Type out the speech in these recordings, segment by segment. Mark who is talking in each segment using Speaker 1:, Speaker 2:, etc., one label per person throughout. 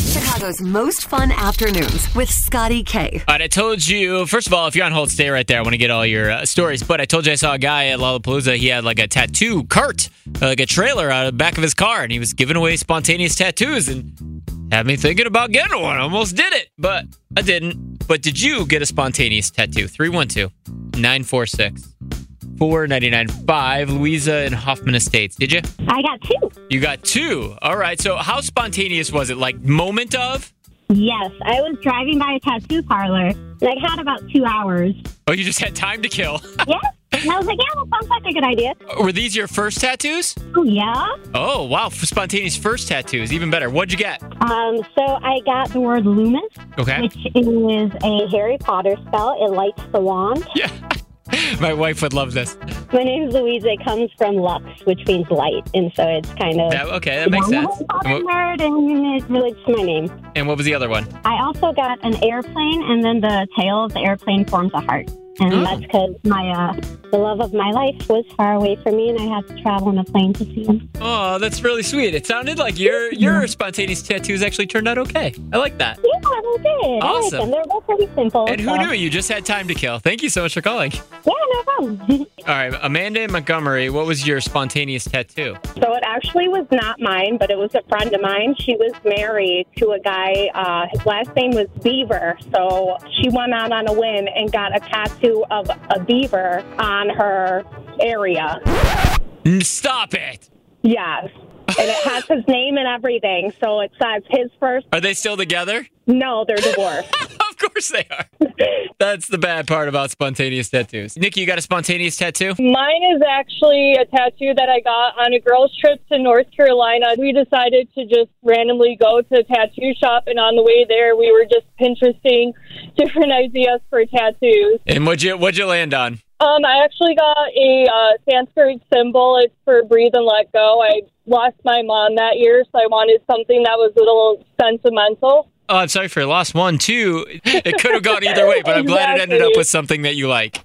Speaker 1: Chicago's most fun afternoons with Scotty K.
Speaker 2: All right, I told you, first of all, if you're on hold, stay right there. I want to get all your uh, stories. But I told you I saw a guy at Lollapalooza. He had like a tattoo cart, uh, like a trailer out of the back of his car, and he was giving away spontaneous tattoos and had me thinking about getting one. I almost did it, but I didn't. But did you get a spontaneous tattoo? 312 946 4995, Louisa and Hoffman Estates. Did you?
Speaker 3: I got two.
Speaker 2: You got two. All right. So, how spontaneous was it? Like, moment of?
Speaker 3: Yes, I was driving by a tattoo parlor. and I had about two hours.
Speaker 2: Oh, you just had time to kill.
Speaker 3: Yes. And I was like, yeah, that sounds like a good idea.
Speaker 2: Were these your first tattoos?
Speaker 3: Oh, yeah.
Speaker 2: Oh, wow. F- Spontaneous first tattoos. Even better. What'd you get?
Speaker 3: Um, so I got the word Loomis,
Speaker 2: Okay.
Speaker 3: which is a Harry Potter spell. It lights the wand.
Speaker 2: Yeah. My wife would love this.
Speaker 3: My name's Louisa. It comes from Lux, which means light. And so it's kind of.
Speaker 2: That, okay, that makes
Speaker 3: Yeah, I'm a
Speaker 2: sense.
Speaker 3: Harry Potter
Speaker 2: And what,
Speaker 3: nerd, and it relates to my name.
Speaker 2: and what was the other one?
Speaker 3: I also got an airplane, and then the tail of the airplane forms a heart. And
Speaker 2: Oh.
Speaker 3: that's because my uh, the love of my life was far away from me, and I had to travel in a plane to see him.
Speaker 2: Oh, that's really sweet. It sounded like your your spontaneous tattoos actually turned out okay. I like that.
Speaker 3: Yeah, they did. I like
Speaker 2: Awesome.
Speaker 3: them. They're both pretty simple.
Speaker 2: And who
Speaker 3: so-
Speaker 2: knew you just had time to kill? Thank you so much for calling.
Speaker 3: Yeah, no problem.
Speaker 2: All right, Amanda and Montgomery, what was your spontaneous tattoo?
Speaker 4: So it actually was not mine, but it was a friend of mine. She was married to a guy. Uh, his last name was Beaver. So she went out on a whim and got a tattoo of a beaver on her area.
Speaker 2: Mm, Stop it.
Speaker 4: Yes. And it has his name and everything. So it says his first.
Speaker 2: Are they still together?
Speaker 4: No, they're divorced.
Speaker 2: Of course they are. That's the bad part about spontaneous tattoos. Nikki, you got a spontaneous tattoo?
Speaker 5: Mine is actually a tattoo that I got on a girls' trip to North Carolina. We decided to just randomly go to a tattoo shop, and on the way there, we were just Pinteresting different ideas for tattoos.
Speaker 2: And what'd you what'd you land on?
Speaker 5: Um, I actually got a uh, Sanskrit symbol. It's for breathe and let go. I lost my mom that year, so I wanted something that was a little sentimental.
Speaker 2: Oh, I'm sorry for your lost one too. It could have gone either way, but I'm glad it ended up with something that you like.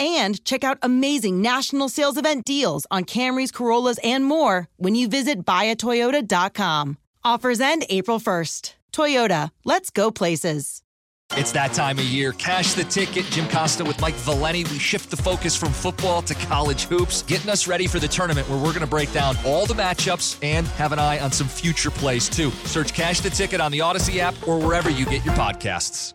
Speaker 6: and check out amazing national sales event deals on Camrys, Corollas, and more when you visit buyatoyota.com. Offers end April 1st. Toyota, let's go places.
Speaker 7: It's that time of year. Cash the ticket. Jim Costa with Mike Valeni. We shift the focus from football to college hoops, getting us ready for the tournament where we're going to break down all the matchups and have an eye on some future plays, too. Search Cash the Ticket on the Odyssey app or wherever you get your podcasts.